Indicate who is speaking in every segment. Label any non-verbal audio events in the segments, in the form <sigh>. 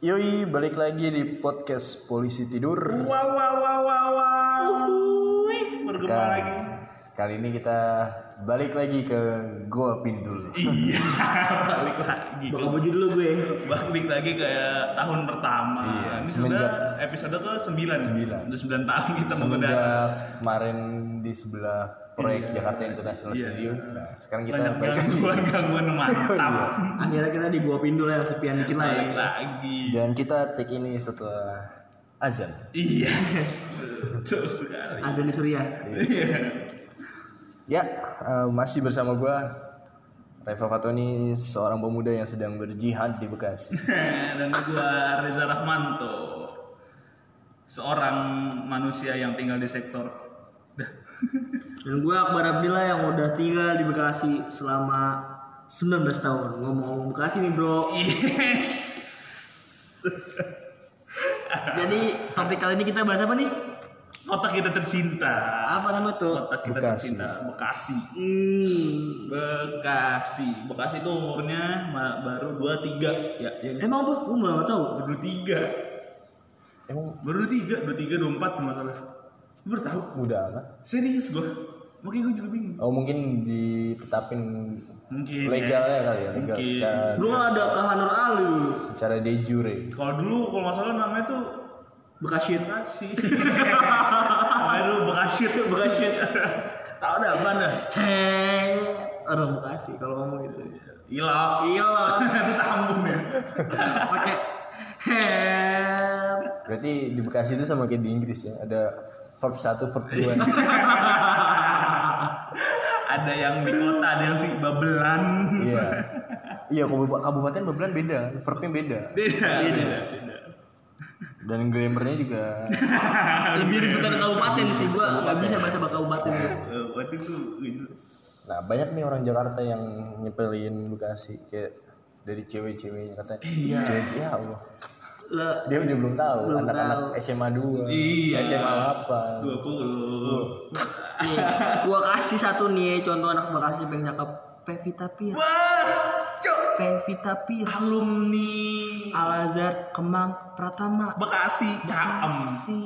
Speaker 1: Yoi, balik lagi di podcast Polisi Tidur.
Speaker 2: Wow wow wow wow wow. Bergema
Speaker 1: Kita-
Speaker 2: lagi.
Speaker 1: Kan Kali ini kita balik lagi ke Goa Pindul.
Speaker 2: Iya, balik lagi.
Speaker 3: Bakal baju dulu gue.
Speaker 2: Balik lagi kayak tahun pertama.
Speaker 1: Iya,
Speaker 2: Ini
Speaker 1: semenjak-
Speaker 2: sudah episode ke 9.
Speaker 1: Sembilan.
Speaker 2: Udah 9 tahun kita menggunakan
Speaker 1: Semenjak kemarin di sebelah proyek Jakarta International
Speaker 2: Iya.
Speaker 1: Stadium. Nah, sekarang kita Oh, iya.
Speaker 2: banyak
Speaker 1: balik lagi. <laughs>
Speaker 2: gangguan-gangguan mantap.
Speaker 3: Akhirnya kita di gua pindu lah, sepian dikit lah ya.
Speaker 2: Balik lagi.
Speaker 1: Dan kita take ini setelah azan.
Speaker 2: Iya. Betul sekali.
Speaker 3: Azan di Surya.
Speaker 2: Iya.
Speaker 1: Ya, eh, masih bersama gua Reva Fatoni, seorang pemuda yang sedang berjihad di Bekasi.
Speaker 2: Dan gua Reza Rahmanto. Seorang manusia yang tinggal di sektor Dah.
Speaker 3: Dan gue Akbar Abdillah yang udah tinggal di Bekasi selama 19 tahun. Ngomong-ngomong Bekasi nih bro.
Speaker 2: Iya. Yes.
Speaker 3: Jadi topik kali ini kita bahas apa nih?
Speaker 2: Kota kita tercinta.
Speaker 3: Apa nama tuh?
Speaker 2: Kota kita
Speaker 1: Bekasi.
Speaker 2: tercinta Bekasi.
Speaker 3: Hmm.
Speaker 2: Bekasi. Bekasi itu umurnya ma- baru 23 ya. ya.
Speaker 3: Emang apa? Gue malah gak tau.
Speaker 2: Baru 3.
Speaker 1: Emang
Speaker 2: Baru 3, 23, 24 kalau nggak salah. Gua Baru tahu.
Speaker 1: muda amat?
Speaker 2: Serius gua. Makanya gua juga bingung.
Speaker 1: Oh mungkin ditetapin
Speaker 2: Mungkin
Speaker 1: legalnya kali ya, legal
Speaker 2: Mungkin.
Speaker 1: secara,
Speaker 3: Sebelum ada Kahanur Ali dulu.
Speaker 1: secara de jure.
Speaker 2: Kalau dulu kalau nggak salah namanya tuh
Speaker 3: Bekasi.
Speaker 2: Bekasi. <laughs> Namanya dulu Bekasi tuh Bekasi. Tahu dah apa dah?
Speaker 3: Heng. Orang Bekasi kalau ngomong gitu.
Speaker 2: Ilok. <laughs>
Speaker 3: Iya lah.
Speaker 2: Itu tambung ya. <laughs>
Speaker 3: Pakai. Heng.
Speaker 1: Berarti di Bekasi itu sama kayak di Inggris ya, ada verb 1, verb 2.
Speaker 2: ada yang di kota, ada yang si babelan.
Speaker 1: Iya. Iya, kabupaten, kabupaten Babelan beda, verbnya beda.
Speaker 2: Beda, beda, beda.
Speaker 1: Dan grammarnya juga
Speaker 2: Ah,
Speaker 3: lebih
Speaker 2: iya,
Speaker 3: ribet dari kabupaten sih gua nggak bisa bahasa bahasa kabupaten
Speaker 2: Eh, Waktu itu itu
Speaker 1: Nah, banyak nih orang Jakarta yang nyepelin Bekasi kayak dari cewek-ceweknya katanya. Iya. Cewek, ya Allah.
Speaker 3: le
Speaker 1: Dia dia belum tahu
Speaker 3: Belum
Speaker 1: anak-anak SMA 2,
Speaker 2: Iya.
Speaker 1: SMA 8.
Speaker 2: 20.
Speaker 3: nih gua kasih satu nih contoh anak bekasi pengen cakep Pevita Pierce
Speaker 2: Wah, cok.
Speaker 3: Pevita Pierce
Speaker 2: Alumni
Speaker 3: Al Azhar Kemang Pratama
Speaker 2: Bekasi ya, KM.
Speaker 3: si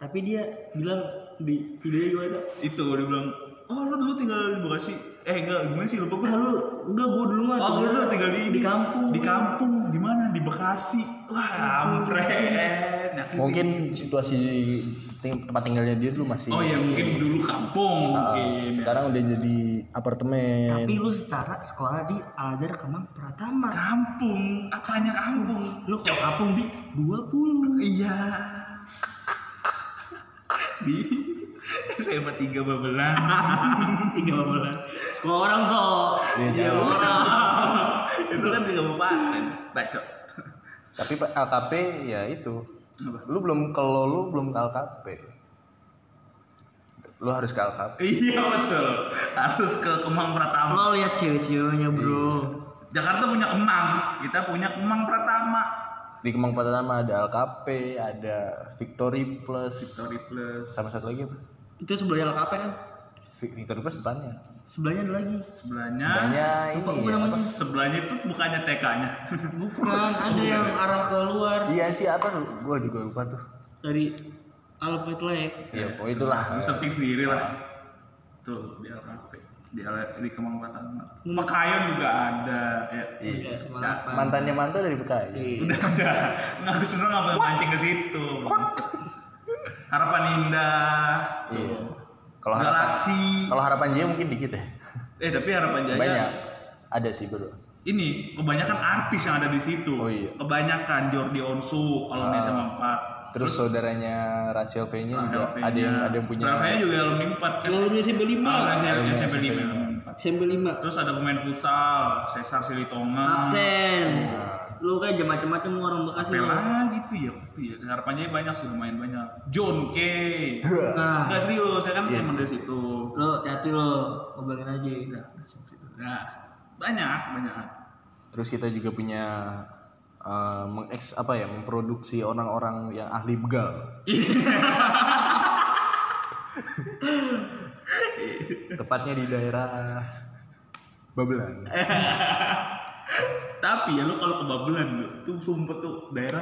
Speaker 3: tapi dia bilang di video gimana
Speaker 2: Itu dia bilang, "Oh, lu dulu tinggal di Bekasi." Eh, enggak, gimana sih lupa
Speaker 3: ah
Speaker 2: gua.
Speaker 3: lu enggak gua dulu mah
Speaker 2: Oh, gue dulu tinggal di
Speaker 3: di kampung
Speaker 2: Di kampung, di mana? Di Bekasi. Wah, kampret. Nah,
Speaker 1: Mungkin situasi ting- tempat tinggalnya dia dulu masih
Speaker 2: Oh ya mungkin dulu kampung
Speaker 1: Ah,
Speaker 2: mungkin.
Speaker 1: sekarang udah jadi apartemen.
Speaker 3: tapi lu secara sekolah di Al Azhar Kemang Pratama
Speaker 2: Kampung, apanya kampung?
Speaker 3: lu ke kampung di 20
Speaker 2: Iya. Di SMA 3 <laughs> Babelan.
Speaker 3: tiga bulan sekolah orang toh
Speaker 1: Iya,
Speaker 3: Sekolah orang
Speaker 2: <laughs> Itu kan di kabupaten. Bacot.
Speaker 1: Tapi Pak, LKP ya itu.
Speaker 2: Apa?
Speaker 1: Lu belum kalau lu belum ke LKP. Lu harus ke LKP.
Speaker 2: Iya betul. Harus ke Kemang Pratama.
Speaker 3: Lo lihat
Speaker 1: Iya.
Speaker 3: cewek-ceweknya bro.
Speaker 2: Jakarta punya Kemang, kita punya Kemang Pratama.
Speaker 1: Di Kemang Pratama ada LKP, ada Victory Plus.
Speaker 2: Sorry plus
Speaker 1: Sama satu lagi apa?
Speaker 3: Itu sebelahnya LKP kan?
Speaker 1: Vi- Victory Plus depannya.
Speaker 3: Sebelahnya ada lagi.
Speaker 2: sebelahnya.
Speaker 1: Banyak
Speaker 3: Lupa
Speaker 1: ini. ya,
Speaker 3: gue namanya.
Speaker 1: Iya, apa?
Speaker 2: Sebelahnya itu bukannya TK-nya.
Speaker 3: Bukan, ada yang arah keluar
Speaker 1: Iya sih apa? Gua juga lupa tuh.
Speaker 3: dari Alfred Lake.
Speaker 1: Iya, pokoknya itulah.
Speaker 2: Lu searching sendiri lah. Tuh di LKP, di, Al- di Kemang Pratama. Makayon juga ada. Ya.
Speaker 1: Iya.
Speaker 3: Semalapan.
Speaker 1: Mantannya mantu dari
Speaker 3: Iya.
Speaker 1: Bekasi.
Speaker 2: udah udah <laughs> nggak aku sebenarnya nggak mau mancing ke situ harapan indah
Speaker 1: Iya. Kalau
Speaker 2: kalau
Speaker 1: harapan,
Speaker 2: galaksi
Speaker 1: kalau harapan Jaya mungkin dikit ya.
Speaker 2: eh tapi harapan jaya
Speaker 1: Banyak. Ada sih bro.
Speaker 2: ini kebanyakan artis yang ada di situ
Speaker 1: Oh, iya.
Speaker 2: kebanyakan Jordi Onsu alumni
Speaker 1: Ah.
Speaker 2: SMA 4
Speaker 1: Terus saudaranya Rachel V nya juga ada yang ada yang punya
Speaker 2: Rafael juga alumni 4 kan
Speaker 3: Kalau SMP
Speaker 2: alumni
Speaker 3: 5.
Speaker 2: SMP,
Speaker 1: Alumni
Speaker 2: SMP
Speaker 1: SMP.
Speaker 2: 5
Speaker 3: SMP 5.
Speaker 2: terus ada pemain futsal Cesar
Speaker 1: Ah.
Speaker 2: Silitonga
Speaker 3: Kapten. Lu kayak jam macem-macem orang Bekasi
Speaker 2: Bella
Speaker 3: lo.
Speaker 2: gitu ya gitu ya harapan jaya banyak sih lumayan banyak
Speaker 1: <laughs>
Speaker 2: John Kay
Speaker 3: Nah,
Speaker 2: Enggak serius, saya kan
Speaker 1: Iya,
Speaker 2: emang dari situ.
Speaker 3: lo hati-hati lo. Ngomongin aja.
Speaker 2: Udah, udah, sampai situ. Nah, banyak, banyak.
Speaker 1: Terus kita juga punya eh, mengeks apa ya memproduksi orang-orang yang ahli
Speaker 2: <laughs>
Speaker 1: begal. Tepatnya di daerah Babelan.
Speaker 2: Tapi ya lu kalau kebablasan lu tuh sumpah tuh daerah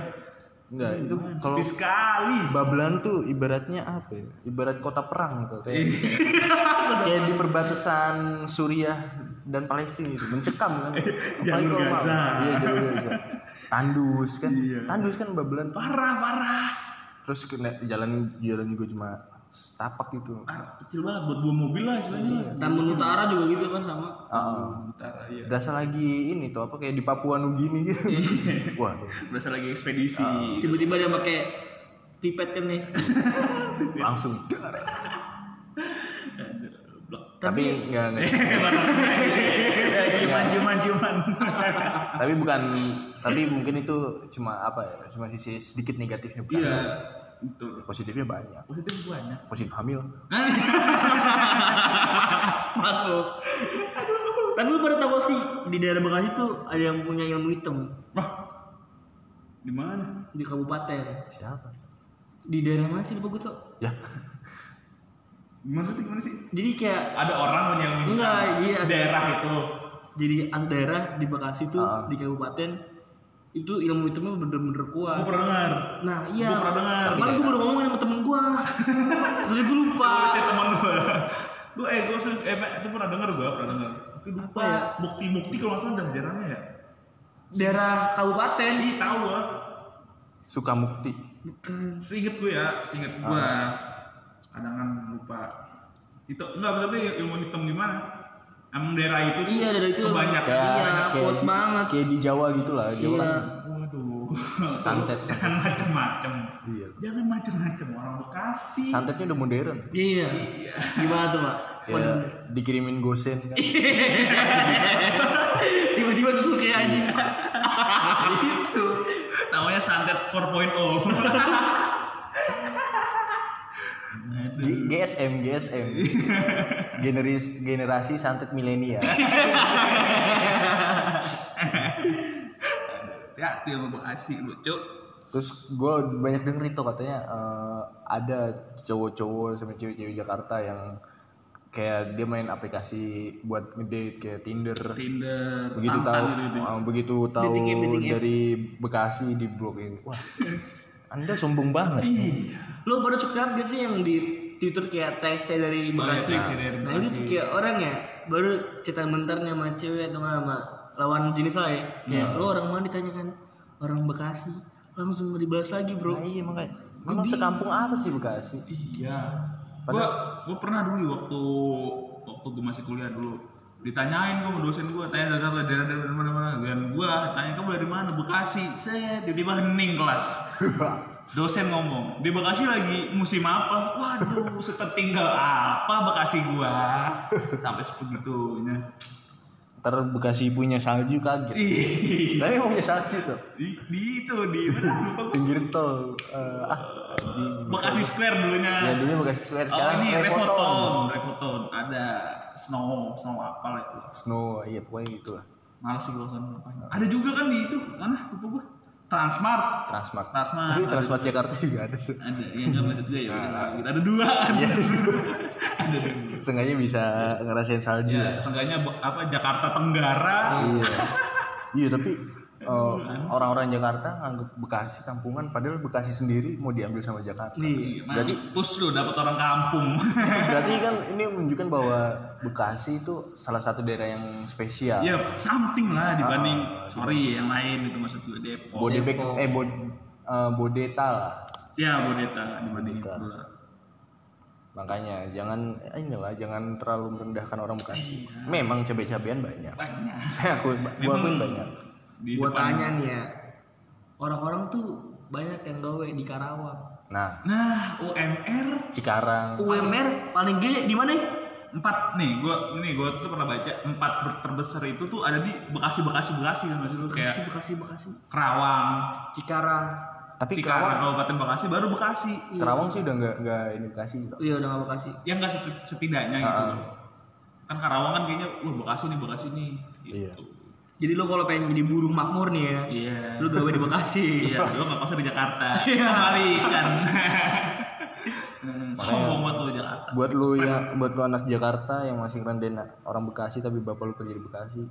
Speaker 1: Enggak, itu kalau
Speaker 2: sepi sekali.
Speaker 1: Babelan tuh ibaratnya apa ya? Ibarat kota perang tuh. Kayak,
Speaker 2: Iya.
Speaker 1: <laughs> kayak di perbatasan Suriah dan Palestina itu mencekam kan. Apalagi
Speaker 2: <laughs> Jalur
Speaker 1: kalau malam.
Speaker 2: Gaza.
Speaker 1: Iya, jalur Gaza. Tandus kan.
Speaker 2: Iya.
Speaker 1: Tandus kan Babelan.
Speaker 2: Parah parah.
Speaker 1: Terus kena jalan jalan juga cuma setapak gitu.
Speaker 2: Parah, Kecil banget buat dua mobil lah istilahnya. lah.
Speaker 3: Taman Utara juga gitu kan sama.
Speaker 1: Heeh.
Speaker 2: Utara iya.
Speaker 1: Hmm. Berasa lagi ini tuh apa kayak di Papua Nugini gitu.
Speaker 3: Iya.
Speaker 1: <laughs> Wah.
Speaker 2: Berasa lagi ekspedisi. <laughs>
Speaker 3: Tiba-tiba dia pakai pipet kan nih.
Speaker 1: Langsung dar.
Speaker 2: Aduh, blok.
Speaker 1: Tapi enggak enggak.
Speaker 3: Iya.
Speaker 2: Eh, Ciuman ciuman ciuman.
Speaker 1: tapi bukan tapi mungkin itu cuma apa ya cuma sisi sedikit negatifnya bukan
Speaker 2: <laughs> Iya.
Speaker 1: sih.
Speaker 2: Betul.
Speaker 1: positifnya banyak
Speaker 2: Positif banyak.
Speaker 1: positif hamil
Speaker 3: Masuk. Tapi lu pada tahu sih di daerah Bekasi tuh ada yang punya ilmu hitam
Speaker 2: Wah. Di mana?
Speaker 3: di kabupaten.
Speaker 1: siapa
Speaker 3: Di daerah mana sih lupa gue tuh.
Speaker 1: ya <laughs>
Speaker 2: Gimana sih? Gimana sih?
Speaker 3: Jadi kayak
Speaker 2: Ada orang menyelami
Speaker 3: Enggak, iya, ada-
Speaker 2: daerah itu.
Speaker 3: jadi antar daerah di Bekasi tuh
Speaker 1: Ah.
Speaker 3: di kabupaten itu ilmu hitamnya bener-bener
Speaker 2: Gue
Speaker 3: kuat.
Speaker 2: pernah dengar.
Speaker 3: Nah iya.
Speaker 2: Gua pernah dengar.
Speaker 3: Kemarin gue baru ngomongin sama temen
Speaker 2: <laughs>
Speaker 3: gue. Jadi gue lupa.
Speaker 2: Itu teman gue. Gue eh gue serius, eh Matt, itu pernah dengar gue pernah dengar. Tapi lupa
Speaker 3: Apa ya?
Speaker 2: bukti-bukti kalau nggak salah ada sejarahnya ya.
Speaker 3: Daerah kabupaten.
Speaker 2: Ih tahu gue.
Speaker 1: suka mukti
Speaker 3: Bukan.
Speaker 2: Seinget gue ya, seinget gue.
Speaker 1: Ah.
Speaker 2: Kadang kan lupa. Itu enggak tapi ilmu hitam gimana? Emang daerah itu tuh
Speaker 3: Iya, daerah itu-
Speaker 1: Ya.
Speaker 2: kebanyakan.
Speaker 3: Iya, kuat
Speaker 1: di,
Speaker 3: banget.
Speaker 1: kayak di Jawa gitu lah Jawa
Speaker 3: Iya.
Speaker 1: kan
Speaker 2: Waduh.
Speaker 1: Santet, santet.
Speaker 2: Jangan macem-macem.
Speaker 1: Iya.
Speaker 2: Jangan macem-macem orang Bekasi.
Speaker 1: santetnya udah modern
Speaker 3: Iya. Gimana tuh pak?
Speaker 2: Iya.
Speaker 1: ya dikirimin gosen kan.
Speaker 3: Tiba-tiba tusuk kayak
Speaker 2: Iya.
Speaker 3: anjing.
Speaker 2: itu namanya santet oh. 4.0 <laughs>
Speaker 1: G- GSM GSM generasi generasi santet milenial
Speaker 2: hati-hati sama Ya, Bekasi lucu
Speaker 1: terus gue banyak denger itu katanya eh, ada cowok-cowok sama cewek-cewek Jakarta yang kayak dia main aplikasi buat ngedate kayak Tinder
Speaker 2: Tinder
Speaker 1: begitu tahu
Speaker 2: Tantan gitu.
Speaker 1: ah, begitu tahu dari Bekasi di blok ini wah anda sombong banget
Speaker 2: Iya.
Speaker 3: Lo pada suka gak sih yang di Twitter kayak teks teh dari Bekasi?
Speaker 2: teks teh Iya, dari
Speaker 3: Nah itu tuh kayak orang ya baru cetan bentarnya sama cewek atau nggak sama lawan jenis lah ya.
Speaker 2: Iya.
Speaker 3: Kayak lo orang mana ditanya kan? Orang Bekasi langsung dibalas lagi bro.
Speaker 1: Nah, iya makanya memang sekampung apa sih Bekasi
Speaker 2: iya gua gua pernah dulu waktu waktu gua masih kuliah dulu ditanyain gua sama dosen gua tanya dasar dari daerah dari mana mana dan gua tanya kamu dari mana Bekasi saya tiba-tiba hening kelas dosen ngomong di Bekasi lagi musim apa waduh setertinggal apa Bekasi gua sampai sebegitunya
Speaker 1: terus Bekasi punya salju
Speaker 2: Iya.
Speaker 1: kaget
Speaker 2: Ih.
Speaker 1: tapi emang punya salju tuh
Speaker 2: di, di itu di mana lupa gua.
Speaker 1: pinggir tol eh, ah
Speaker 2: Bekasi Square
Speaker 1: ya
Speaker 2: dulunya
Speaker 1: dulu Bekasi Square
Speaker 2: oh
Speaker 1: sekarang
Speaker 2: ini
Speaker 1: Revoton.
Speaker 2: Revoton Revoton ada snow snow apa lah itu
Speaker 1: Snow iya pokoknya gitu lah
Speaker 2: males sih gua sana ngapain ada juga kan di itu mana lupa gua Transmart
Speaker 1: Transmart
Speaker 2: Transmart.
Speaker 1: tapi Transmart Jakarta juga ada tuh
Speaker 2: ada yang nggak maksud gue ya udah lah kita ada dua ada dua ada dua
Speaker 1: sengaja bisa ngerasain salju
Speaker 2: ya seenggaknya Be- apa Jakarta Tenggara
Speaker 1: iya iya
Speaker 2: <laughs>
Speaker 1: tapi eh,
Speaker 2: Iya,
Speaker 1: orang-orang Jakarta nganggep Bekasi kampungan padahal Bekasi sendiri mau diambil sama Jakarta
Speaker 3: Nih
Speaker 2: Iya, mampus lu dapet orang kampung
Speaker 1: berarti kan ini menunjukkan bahwa Bekasi itu salah satu daerah yang spesial
Speaker 2: ya something lah dibanding sorry yang lain itu maksud gue Depok
Speaker 1: Bodebek eh Bod eh, Bodeta lah
Speaker 2: ya Boneta dibanding itu lah
Speaker 1: makanya jangan eh, inilah jangan terlalu merendahkan orang Bekasi
Speaker 2: Iya.
Speaker 1: memang cabai-cabean banyak <laughs>
Speaker 2: banyak
Speaker 1: aku gua akuin banyak
Speaker 2: di
Speaker 3: gua
Speaker 2: depan
Speaker 3: tanya nih ya. Orang-orang tuh banyak yang gawe di Karawang.
Speaker 1: nah
Speaker 2: nah UMR
Speaker 1: Cikarang
Speaker 3: UMR paling gede di mana?
Speaker 2: empat nih gue ini gue tuh pernah baca empat ber- terbesar itu tuh ada di Bekasi Bekasi Bekasi kan maksud lu
Speaker 3: Bekasi,
Speaker 2: kayak
Speaker 3: Bekasi, Bekasi.
Speaker 2: Kerawang
Speaker 3: Cikarang.
Speaker 1: tapi
Speaker 2: Cikarang
Speaker 1: Kerawang
Speaker 2: Kabupaten Bekasi baru Bekasi
Speaker 1: Kerawang sih udah nggak nggak ini Bekasi gitu
Speaker 3: Iya udah nggak Bekasi.
Speaker 2: yang nggak seti- setidaknya gitu
Speaker 1: Ah.
Speaker 2: loh. kan Karawang kan kayaknya wah Bekasi nih Bekasi nih
Speaker 1: Iya.
Speaker 2: gitu
Speaker 3: Jadi lo kalau pengen jadi buruh makmur nih ya,
Speaker 2: iya
Speaker 3: lu gawe di Bekasi.
Speaker 2: iya lo nggak pasar di
Speaker 1: <laughs>
Speaker 2: Jakarta
Speaker 1: Iya.
Speaker 2: balikan Hmm, sombong banget lo Jakarta
Speaker 1: buat lu ya buat lu anak Jakarta yang masih ngerendahin orang Bekasi tapi bapak lu kerja di Bekasi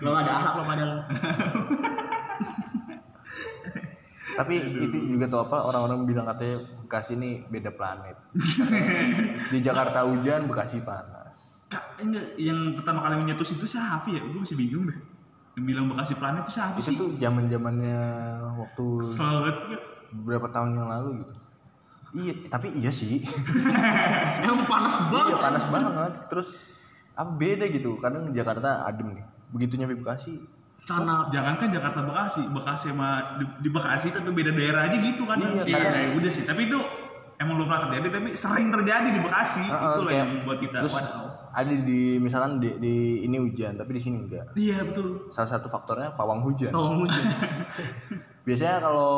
Speaker 3: Belum ada anak lo padahal.
Speaker 2: <laughs>
Speaker 1: Tapi itu juga tuh apa orang-orang bilang katanya Bekasi ini beda
Speaker 2: <laughs>
Speaker 1: planet. Di Jakarta hujan, Bekasi panas.
Speaker 2: Kak, ini yang pertama kali menyetus itu siapa ya? Gue masih bingung deh. Yang bilang Bekasi planet itu siapa
Speaker 1: Itu
Speaker 2: sih?
Speaker 1: tuh zaman-zamannya waktu
Speaker 2: Kesel banget gue.
Speaker 1: beberapa tahun yang lalu gitu. Iya, tapi iya sih.
Speaker 3: Emang panas
Speaker 1: <laughs>
Speaker 3: banget.
Speaker 1: Iya <laughs> panas banget. Terus apa beda gitu? Kadang Jakarta adem nih. Begitu nyampe Bekasi,
Speaker 3: Cana.
Speaker 2: Jangankan Jakarta Bekasi, Bekasi sama di, di Bekasi tapi beda daerah aja gitu kan.
Speaker 1: Iya,
Speaker 2: Ya,
Speaker 1: karena-
Speaker 2: ya udah sih, tapi itu emang belum pernah terjadi tapi sering terjadi di Bekasi.
Speaker 1: Heeh,
Speaker 2: Itulah
Speaker 1: Ah, kayak-
Speaker 2: yang membuat kita
Speaker 1: terus
Speaker 2: wow.
Speaker 1: ada di misalkan di, di ini hujan, tapi di sini enggak.
Speaker 2: Iya, betul.
Speaker 1: Salah satu faktornya pawang hujan.
Speaker 3: Tolong hujan.
Speaker 1: Biasanya kalau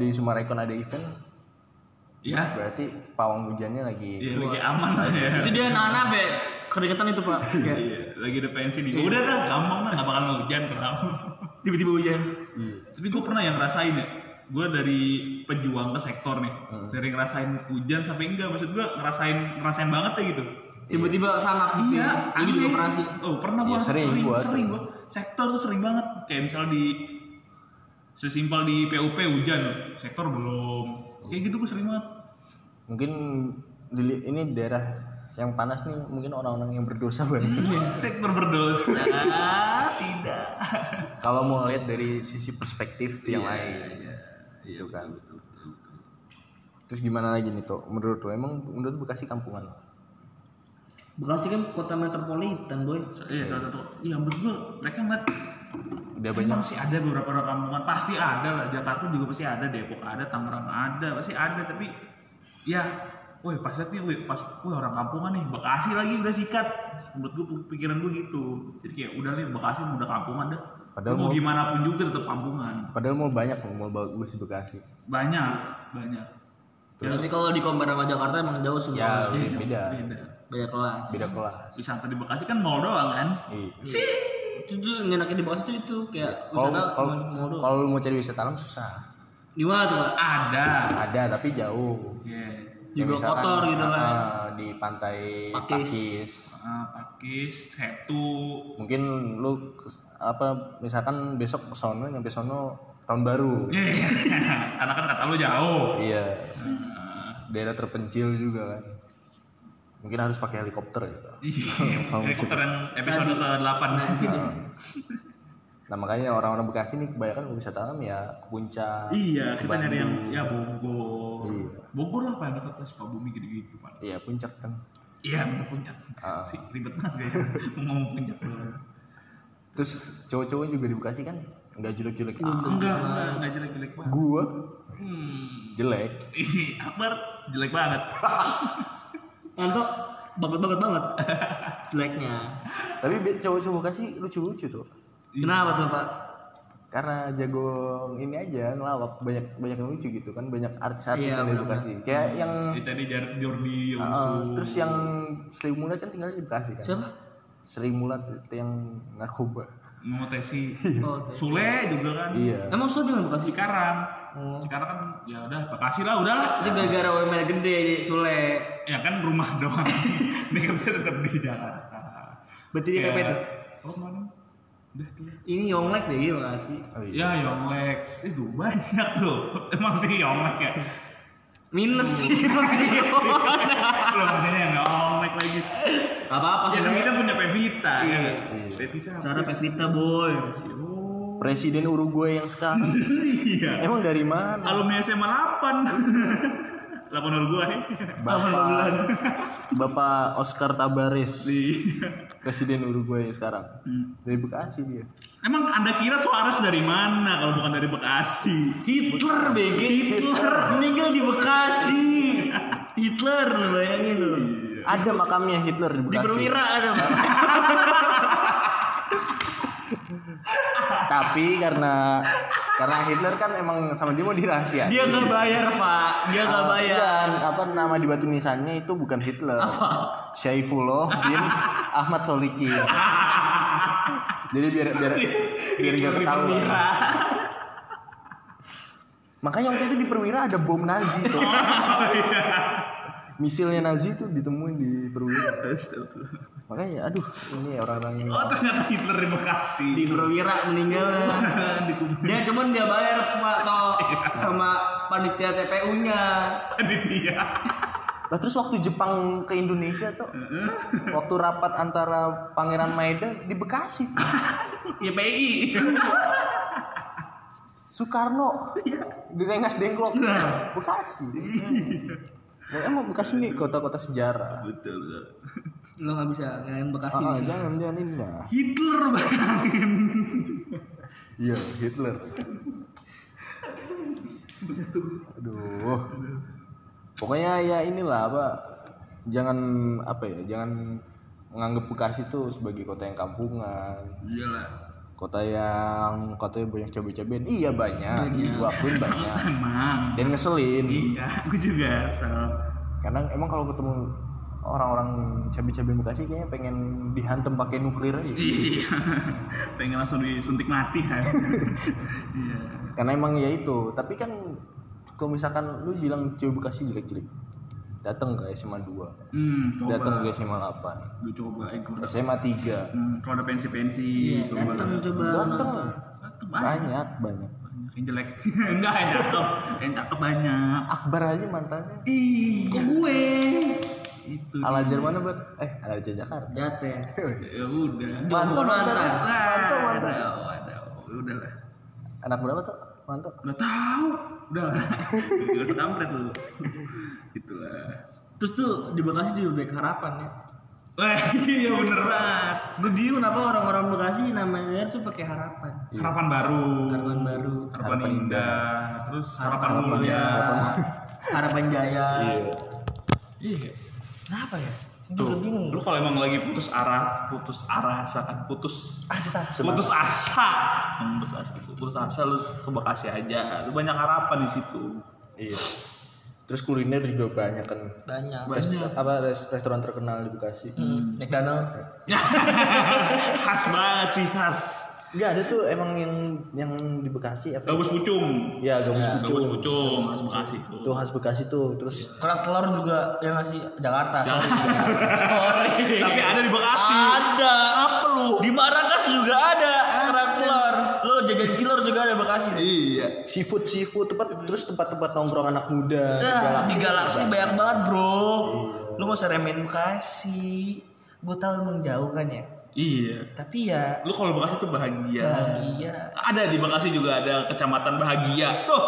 Speaker 1: di Sumarekon ada event,
Speaker 2: Iya.
Speaker 1: berarti pawang hujannya lagi
Speaker 2: Iya, lagi aman lah ya.
Speaker 3: Itu dia anak-anak be keringetan itu pak. Kayak
Speaker 2: Iya, lagi ada pensi nih. Udah dah, gampang lah, gak bakal hujan kenapa.
Speaker 3: Tiba-tiba hujan.
Speaker 1: Iya.
Speaker 2: <laughs> Tapi gue pernah yang ngerasain ya. Gue dari pejuang ke sektor nih. Dari ngerasain hujan sampai enggak. Maksud gue ngerasain ngerasain banget ya gitu.
Speaker 3: Tiba-tiba sanap. gitu.
Speaker 2: Iya,
Speaker 3: Ini juga
Speaker 2: aneh.
Speaker 3: pernah sih.
Speaker 2: Oh, pernah gua
Speaker 1: Iya, sering
Speaker 2: sering, sering,
Speaker 1: gua,
Speaker 2: gua,
Speaker 1: sering.
Speaker 2: Sektor tuh sering banget. Kayak misal di sesimpel di PUP hujan, sektor belum. Kayak gitu gua sering banget.
Speaker 1: Mungkin di- ini daerah yang panas nih mungkin orang-orang yang berdosa banget.
Speaker 2: sektor berdosa. Tidak.
Speaker 1: kalau mau lihat dari sisi perspektif
Speaker 3: Iya,
Speaker 1: yang lain. Gitu kan. Terus gimana lagi nih, Tok? Menurut lo emang menurut Bekasi kampungan?
Speaker 3: Bekasi kan kota metropolitan boy.
Speaker 2: So- Iya, salah satu. Iya, menurut gua mereka ngeliat
Speaker 1: Udah banyak
Speaker 2: Emang sih ada beberapa orang kampungan, pasti ada lah. Jakarta juga pasti ada, Depok ada, Tangerang ada, pasti ada. Tapi ya, woi pas liat nih, woi pas, woi orang kampungan nih, Bekasi lagi udah sikat. Menurut gue pikiran gue gitu. Jadi kayak udah nih Bekasi udah kampungan dah.
Speaker 1: Padahal mau-
Speaker 2: mau gimana pun juga tetap kampungan.
Speaker 1: padahal mau banyak loh mau bagus di Bekasi.
Speaker 2: Banyak, banyak.
Speaker 3: Tapi kalau di sama Jakarta emang jauh sih.
Speaker 1: Ya,
Speaker 3: Bang.
Speaker 1: beda. Beda,
Speaker 2: Beda.
Speaker 3: Beda kelas.
Speaker 1: kelas.
Speaker 2: Wisata di Bekasi kan mall doang kan.
Speaker 1: Iya.
Speaker 3: Itu tuh yang enaknya di Bekasi tuh itu kayak
Speaker 1: Kalau
Speaker 3: wisata
Speaker 1: kalau
Speaker 3: mau doang.
Speaker 1: kalau lu mau cari wisata alam susah.
Speaker 3: Di mana tuh pak?
Speaker 2: Ada.
Speaker 1: Ada tapi jauh.
Speaker 2: Iya.
Speaker 1: Ya,
Speaker 3: Juga
Speaker 1: misalkan,
Speaker 3: kotor gitu
Speaker 1: ah,
Speaker 3: kan.
Speaker 1: ah, Di pantai
Speaker 3: Pakis.
Speaker 1: Pakis.
Speaker 2: Ah, Pakis, Setu,
Speaker 1: Mungkin lu ke- apa misalkan besok ke sono nyampe sono tahun baru.
Speaker 2: Iya. <laughs> Karena kan kata lu jauh.
Speaker 1: Iya. Daerah terpencil juga kan. Mungkin harus pakai helikopter gitu.
Speaker 2: <laughs> Iya. Helikopter yang episode ke-8.
Speaker 3: Nah itu dia.
Speaker 1: Nah makanya orang-orang Bekasi nih kebanyakan mau wisata alam ya ke puncak.
Speaker 2: Iya, kita nyari yang
Speaker 1: Bandung.
Speaker 2: ya Bogor.
Speaker 1: Iya.
Speaker 2: Bogor lah paling dekat lah Sukabumi gitu-gitu paling.
Speaker 1: Iya puncak kan.
Speaker 2: Iya, minta puncak.
Speaker 1: Ah.
Speaker 2: Sih, ribet banget kayaknya. <laughs> Mau ngomong puncak dulu.
Speaker 1: Terus cowok-cowok juga di Bekasi kan nggak jelek-jelek
Speaker 3: Iya.
Speaker 1: amat.
Speaker 2: Enggak, enggak, enggak jelek-jelek banget.
Speaker 1: Gua
Speaker 2: Hmm.
Speaker 1: jelek.
Speaker 2: Ih, Akbar jelek banget.
Speaker 3: Anto banget banget
Speaker 1: <laughs>
Speaker 3: banget. Jeleknya.
Speaker 1: Tapi be- cowok-cowok Bekasi lucu-lucu tuh.
Speaker 3: Kenapa tuh pak?
Speaker 1: Karena jago ini aja ngelawak banyak banyak yang lucu gitu kan banyak artis-artis
Speaker 3: Iya,
Speaker 1: yang dari Bekasi. Kayak yang
Speaker 2: Ini tadi Jar- Jordi
Speaker 1: eh,
Speaker 2: Yongsu.
Speaker 1: terus yang Sri Mulat kan tinggalnya di Bekasi kan.
Speaker 3: Siapa?
Speaker 1: Sri Mulat itu yang narkoba.
Speaker 2: Mau tesi.
Speaker 3: Oh, oke.
Speaker 2: Sule juga kan.
Speaker 1: Iya.
Speaker 3: Emang sulit dengan Bekasi?
Speaker 2: Cikarang. Cikarang kan ya udah Bekasi lah, udahlah.
Speaker 3: Itu gara-gara UMR gede Sule.
Speaker 1: Iya.
Speaker 2: Ya kan rumah <laughs> doang. Dia kerja tetap di Jakarta.
Speaker 3: Berarti dia
Speaker 2: Kayak-
Speaker 3: PP tuh.
Speaker 2: Apa kemana? Udah tuh.
Speaker 3: Ini Yonglek deh gitu Bekasi.
Speaker 1: Oh, iya.
Speaker 2: Ya Yonglex, itu banyak tuh. <laughs> Emang sih Yonglex ya.
Speaker 3: Minus sih. <laughs>
Speaker 2: Belum maksudnya yang Yonglex lagi.
Speaker 3: Gak apa-apa
Speaker 2: Ya
Speaker 3: sih.
Speaker 2: kan kita punya Pevita.
Speaker 3: Iya.
Speaker 2: ya kan? Pevita.
Speaker 3: Cara Pevita boy.
Speaker 2: Oh,
Speaker 1: Presiden Uruguay yang sekarang
Speaker 2: Iya.
Speaker 1: emang dari mana?
Speaker 2: Alumni SMA <laughs> 8. 8 nol ya. gua nih.
Speaker 1: Bapak Bapak Oscar Tabares,
Speaker 2: Iya.
Speaker 1: Presiden Uruguay sekarang. Dari Bekasi dia.
Speaker 2: Emang Anda kira Suarez dari mana kalau bukan dari Bekasi?
Speaker 3: Hitler BG. Hitler. Meninggal di Bekasi. Hitler lu bayangin lu.
Speaker 2: Iya.
Speaker 1: Ada makamnya Hitler di
Speaker 3: Di
Speaker 1: Bekasi.
Speaker 3: perwira ada pak.
Speaker 1: Tapi karena karena Hitler kan emang sama dia mau dirahasia.
Speaker 3: Dia nggak bayar pak. Dia
Speaker 2: Ah,
Speaker 3: nggak
Speaker 2: ya.
Speaker 3: bayar.
Speaker 1: Ah, Dan apa nama di batu nisannya itu bukan Hitler. Syaifullah bin Ahmad
Speaker 2: <laughs>
Speaker 1: Soliki. Jadi biar biar biar nggak ketahuan.
Speaker 2: Perwira. <laughs> Oh, iya.
Speaker 1: Makanya waktu itu di perwira ada bom Nazi tuh. misilnya Nazi itu ditemuin di perwira. Makanya ya, aduh ini orang-orang ini.
Speaker 2: Oh ternyata Hitler di Bekasi.
Speaker 3: di perwira meninggal
Speaker 2: di Kubu
Speaker 3: dia
Speaker 2: Iya.
Speaker 3: cuman dia bayar pak toh sama panitia TPU nya
Speaker 2: Panitia.
Speaker 1: Lah terus waktu Jepang ke Indonesia tuh waktu rapat antara Pangeran Maeda di Bekasi
Speaker 3: YPI
Speaker 1: Soekarno di Rengas Dengklok
Speaker 2: Iya. Nah. Iya.
Speaker 1: Bekasi. Nah, emang Bekasi nih kota-kota sejarah.
Speaker 2: Betul. betul.
Speaker 3: lo nggak bisa ngelain
Speaker 1: Ah, ah,
Speaker 3: Bekasi di
Speaker 2: iya.
Speaker 3: sini.
Speaker 1: jangan jangan ini lah.
Speaker 2: Hitler bayangin.
Speaker 1: Iya Hitler. Aduh. Pokoknya ya inilah apa jangan apa ya jangan menganggap Bekasi itu sebagai kota yang kampungan
Speaker 2: Iyalah.
Speaker 1: kota yang katanya banyak cabai-cabean iya banyak, gua akuin banyak
Speaker 2: Emang.
Speaker 1: dan ngeselin
Speaker 2: Iya, <laughs> aku juga. Sal.
Speaker 1: kadang emang kalau ketemu orang-orang cabai-cabean Bekasi kayaknya pengen dihantam pakai nuklir aja
Speaker 2: Iya. Pengen langsung disuntik mati kan. Iya.
Speaker 1: karena emang ya itu tapi kan kalau misalkan lu bilang cewek Bekasi jelek-jelek datang ke SMA 2
Speaker 2: Hmm, coba.
Speaker 1: datang ke SMA 8
Speaker 2: Lu coba eh kalau ada,
Speaker 1: SMA 3
Speaker 2: hmm, kalau ada pensi-pensi
Speaker 3: Iya,
Speaker 2: coba.
Speaker 3: datang coba
Speaker 1: datang
Speaker 3: nonton.
Speaker 2: Datang banyak.
Speaker 1: banyak banyak
Speaker 2: Banyak yang jelek. <laughs> Enggak, yang cakep. Yang cakep banyak.
Speaker 1: Akbar aja mantannya
Speaker 3: Ke
Speaker 2: Iya.
Speaker 3: gue
Speaker 2: Itu. dia.
Speaker 1: Alajar mana ber eh Alajar Jakarta
Speaker 3: Jaten
Speaker 2: Ya udah.
Speaker 1: Mantan,
Speaker 3: Mantan.
Speaker 1: mantan, mantan,
Speaker 2: Wah,
Speaker 1: mantan.
Speaker 2: ada, ada. Udah lah.
Speaker 1: Anak berapa tuh? Mantap.
Speaker 2: Nggak tahu. Udah lah. Gak usah kampret lu. Itulah.
Speaker 3: terus tuh di Bekasi juga banyak harapan ya
Speaker 2: Wah, iya bener banget.
Speaker 3: gue bingung kenapa orang-orang Bekasi namanya daerah tuh pakai harapan
Speaker 2: Iya. Harapan baru.
Speaker 3: harapan <laughs> baru
Speaker 2: Harapan
Speaker 1: Harapan
Speaker 2: indah. Terus harapan
Speaker 1: Harapan
Speaker 2: mulia.
Speaker 1: harapan.
Speaker 3: harapan jaya
Speaker 1: Iya.
Speaker 2: Iya.
Speaker 3: kenapa ya gue juga
Speaker 2: Tuh,
Speaker 3: bingung
Speaker 2: lu kalau emang lagi putus arah, putus arah, asalkan putus
Speaker 3: asa
Speaker 2: putus asa, Hmm, putus asa, putus asa lu ke Bekasi aja, lu banyak harapan di situ.
Speaker 1: Iya. Terus kuliner juga banyak kan.
Speaker 3: banyak Hmm.
Speaker 1: Rest- apa res- restoran terkenal di Bekasi? McDonald.
Speaker 2: khas banget sih khas.
Speaker 1: Enggak ada tuh emang yang yang di Bekasi apa?
Speaker 2: Gabus pucung,
Speaker 1: Ya gabus
Speaker 2: gabus
Speaker 1: pucung.
Speaker 2: pucung khas Bekasi tuh.
Speaker 1: Tuh khas Bekasi tuh. Terus
Speaker 3: kerak telur juga yang ngasih Jakarta sorry sorry
Speaker 2: <laughs> Tapi ada di Bekasi.
Speaker 3: <laughs> ada apa lu di Marrakesh juga ada kerak telur lu jajan cilor juga ada di Bekasi
Speaker 2: Iya.
Speaker 1: seafood seafood tempat terus tempat-tempat nongkrong anak muda.
Speaker 3: Nah, di galaksi banyak banget bro
Speaker 1: Iya.
Speaker 3: lu gak usah remehin Bekasi gue tahu emang jauh kan ya
Speaker 2: Iya.
Speaker 3: tapi ya
Speaker 2: Lu kalau Bekasi tuh bahagia.
Speaker 3: bahagia
Speaker 2: Ada di Bekasi juga ada kecamatan bahagia. Tuh,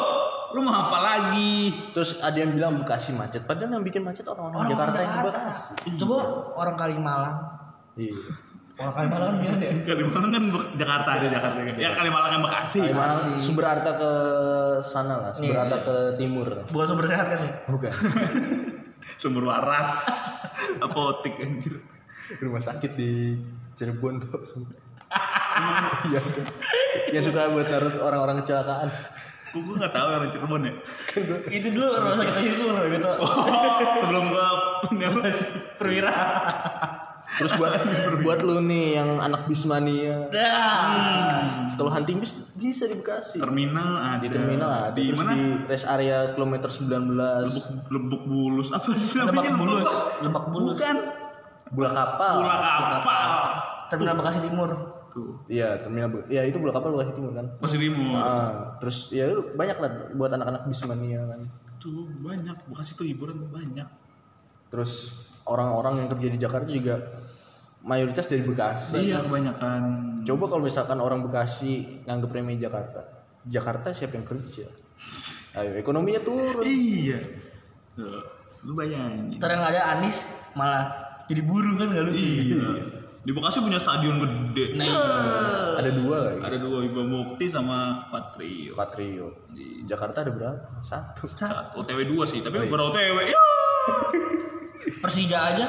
Speaker 2: lu mau apa lagi?
Speaker 1: Terus ada yang bilang Bekasi macet. Padahal yang bikin macet orang-orang Jakarta yang di Bekasi.
Speaker 3: coba orang Kalimalang
Speaker 1: Iya.
Speaker 3: orang Kalimalang kan gimana deh
Speaker 2: Kalimalang kan Bek- Jakarta ada Jakarta. Ya Kalimalang kan Bekasi.
Speaker 1: Emang Iya, sumber harta ke sana lah, sumber
Speaker 3: Iya.
Speaker 1: harta ke timur.
Speaker 3: bukan sumber sehat kan ya
Speaker 1: Bukan.
Speaker 2: Sumber waras. Apotik anjir.
Speaker 1: rumah sakit di Cirebon tuh
Speaker 2: <laughs>
Speaker 1: semua. Iya. tuh. Yang suka buat naruh orang-orang kecelakaan.
Speaker 2: Gue gue nggak tahu orang Cirebon
Speaker 1: <laughs>
Speaker 2: ya.
Speaker 3: itu dulu rumah sakit itu rumah gitu
Speaker 2: Sebelum gue ngeles perwira.
Speaker 1: Terus buat buat lu nih yang anak bismania.
Speaker 3: dah
Speaker 1: Kalau hunting bis bisa di Bekasi.
Speaker 2: Terminal ada.
Speaker 1: Di terminal ada.
Speaker 2: Di
Speaker 1: Terus
Speaker 2: mana?
Speaker 1: Di rest area kilometer 19.
Speaker 2: Lebuk, lebuk bulus apa sih
Speaker 3: lemak
Speaker 2: namanya?
Speaker 3: bulus
Speaker 2: Lupa.
Speaker 3: lemak bulus
Speaker 2: Bukan.
Speaker 1: Bulak kapal.
Speaker 2: Pula kapal.
Speaker 3: terminal Bekasi Timur
Speaker 2: Tuh.
Speaker 1: Iya, terminal. Be- Ya itu bulak kapal Bekasi Timur kan.
Speaker 2: Masih timur.
Speaker 1: Ah, terus ya lu banyak lah buat anak-anak bismania kan.
Speaker 2: Tuh banyak. Bekasi tuh hiburan banyak.
Speaker 1: Terus orang-orang yang kerja di Jakarta juga mayoritas dari Bekasi.
Speaker 2: Iya kebanyakan.
Speaker 1: Coba kalau misalkan orang Bekasi nganggep remeh Jakarta. Jakarta siapa yang kerja? Ayo ekonominya turun.
Speaker 2: Iya. Tuh. Lu bayangin.
Speaker 3: ntar yang ada Anis malah jadi buruh kan gak lucu
Speaker 2: Iya. Di Bekasi punya stadion gede.
Speaker 1: iya.
Speaker 2: Nah,
Speaker 1: Ada dua lagi.
Speaker 2: ada dua Iba Mukti sama Patrio.
Speaker 1: Patriot. Di Jakarta ada berapa? Satu.
Speaker 2: Satu OTW dua sih, tapi baru OTW. Ya.
Speaker 3: Persija aja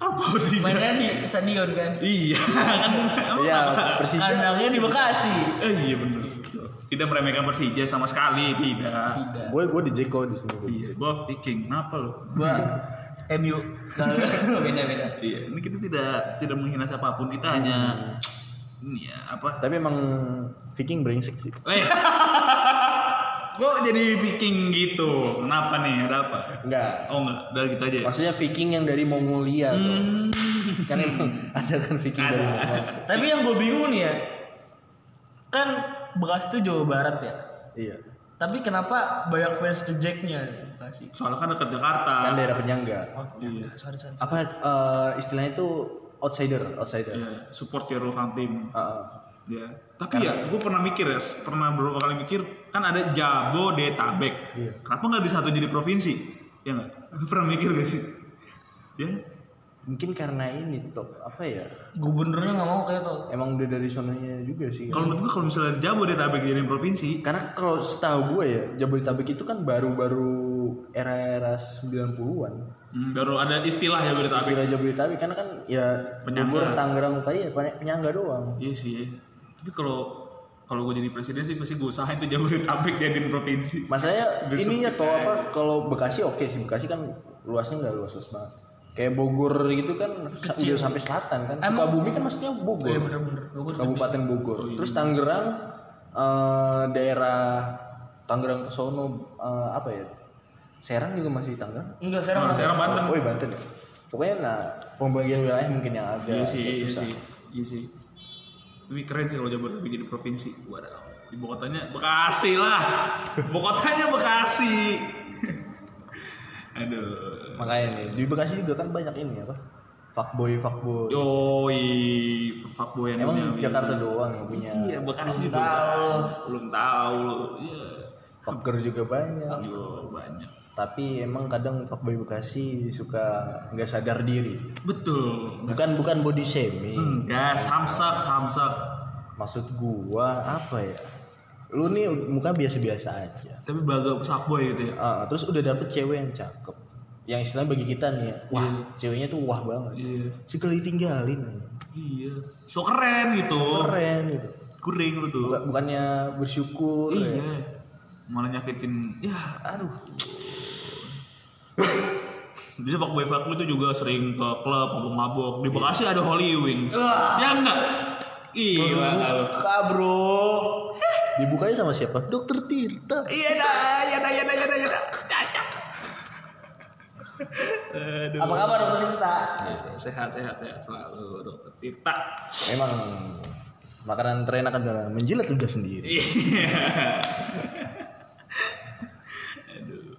Speaker 2: Apa sih?
Speaker 3: mainnya di stadion kan
Speaker 2: Iya <laughs> kan. emang
Speaker 1: Iya,
Speaker 2: apa?
Speaker 1: Persija.
Speaker 3: kandangnya di Bekasi
Speaker 2: Eh, iya bener. Tidak meremehkan Persija sama sekali, tidak.
Speaker 3: tidak
Speaker 1: Gue gue di Jeko di sini. gua.
Speaker 2: Iya, gue Viking. Kenapa lo?
Speaker 3: gua MU <laughs> beda beda
Speaker 2: Iya, ini kita tidak tidak menghina siapapun. Kita hanya ini ya apa?
Speaker 1: Tapi emang Viking brengsek sih.
Speaker 2: Eh, Kok jadi Viking gitu? Kenapa nih? Ada apa?
Speaker 1: Enggak.
Speaker 2: Oh enggak, udah gitu aja. ya?
Speaker 1: Maksudnya Viking yang dari Mongolia tuh. Kan emang ada kan Viking dari Mongolia.
Speaker 3: Tapi yang gue bingung nih ya, kan Bekasi itu Jawa Barat ya.
Speaker 1: Iya.
Speaker 3: Tapi kenapa banyak fans The Jack-nya di Bekasi?
Speaker 2: Soalnya kan dekat Jakarta.
Speaker 1: Kan daerah penyangga.
Speaker 3: Oh, iya. Sorry, sorry.
Speaker 1: Apa eh, istilahnya itu outsider, outsider. Eh,
Speaker 2: Ya, support your local team.
Speaker 1: Heeh.
Speaker 2: Ya. Tapi ya, gue pernah mikir ya, pernah beberapa kali mikir, kan ada Jabodetabek.
Speaker 1: Iya.
Speaker 2: Kenapa nggak disatu jadi provinsi? Ya nggak? <laughs> Lu pernah mikir gak sih? Ya,
Speaker 1: Mungkin karena ini tuh apa ya?
Speaker 3: Gubernurnya nggak mau kayak tuh.
Speaker 1: Emang udah dari sononya juga sih.
Speaker 2: kalau menurut gue kalau misalnya Jabodetabek jadi provinsi,
Speaker 1: Karena kalau setahu gue ya, Jabodetabek itu kan baru-baru era-era 90-an.
Speaker 2: hmm, baru ada istilah Jabodetabek.
Speaker 1: Istilah Jabodetabek karena kan ya
Speaker 2: Penyangga.
Speaker 1: Bogor, Tangerang, Utara ya penyangga doang.
Speaker 2: Iya sih. Tapi kalau kalau gue jadi presiden sih pasti gue usahain tuh Jabodetabek jadiin provinsi.
Speaker 1: Masanya ininya tau ya, apa kalau Bekasi oke sih Bekasi kan luasnya nggak luas luas banget. Kayak Bogor gitu kan sa- udah sampai selatan kan. Sukabumi kan maksudnya Bogor.
Speaker 3: Bener-bener. Gua gua-
Speaker 1: Kabupaten Bogor. Terus Tangerang eh, daerah Tangerang ke sono eh, apa ya? Serang juga masih Tangerang.
Speaker 3: Enggak, sekarang
Speaker 2: Nah,
Speaker 3: masih.
Speaker 2: Serang Banten.
Speaker 1: Oh, iya, Banten. ya? Pokoknya nah pembagian wilayah mungkin yang agak
Speaker 2: Iya sih, iya
Speaker 1: susah.
Speaker 2: sih, iya sih. Tapi keren sih kalau Jabodetabek jadi provinsi. Waduh. Ibu kotanya Bekasi lah. Ibu kotanya Bekasi. <laughs> Aduh.
Speaker 1: Makanya nih di Bekasi juga kan banyak ini apa? Fuckboy
Speaker 2: Iya,
Speaker 1: fuckboy.
Speaker 2: Yoi, fuckboy yang
Speaker 1: Emang
Speaker 2: duniawi.
Speaker 1: Jakarta doang yang punya.
Speaker 2: Iya, Bekasi juga. Tahu. Belum tahu lu. Iya.
Speaker 1: Fucker juga banyak.
Speaker 2: Aduh, banyak.
Speaker 1: tapi emang kadang fuckboy Bekasi suka nggak sadar diri
Speaker 2: Betul.
Speaker 1: bukan bukan body shaming
Speaker 2: Enggak, samsak, samsak.
Speaker 1: maksud gua apa ya lu nih muka biasa-biasa aja
Speaker 2: Tapi baga fuckboy gitu ya.
Speaker 1: Ah, terus udah dapet cewek yang cakep yang istilahnya bagi kita nih ya, wah ceweknya tuh wah banget
Speaker 2: Iya.
Speaker 1: sekali tinggalin
Speaker 2: Iya. So keren gitu.
Speaker 1: keren gitu
Speaker 2: Kuring lu tuh.
Speaker 1: Buka- bukannya bersyukur ya.
Speaker 2: Iya. Malah nyakitin. Ya,
Speaker 1: aduh
Speaker 2: biasanya fuckboy fuckboy itu juga sering ke klub mabok-mabok. Di Bekasi ada Holy Wings. Ya enggak? Gila lu.
Speaker 3: Ah, bro.
Speaker 1: dibukanya sama siapa dokter Tirta
Speaker 2: Iya dah, iya dah, iya dah, iya dah, iya dah. Cacak. Aduh.
Speaker 3: Apa kabar dokter Tirta?
Speaker 2: Iya, Sehat, sehat, sehat selalu, dokter Tirta.
Speaker 1: emang makanan terenak adalah menjilat ludah sendiri
Speaker 2: Iya.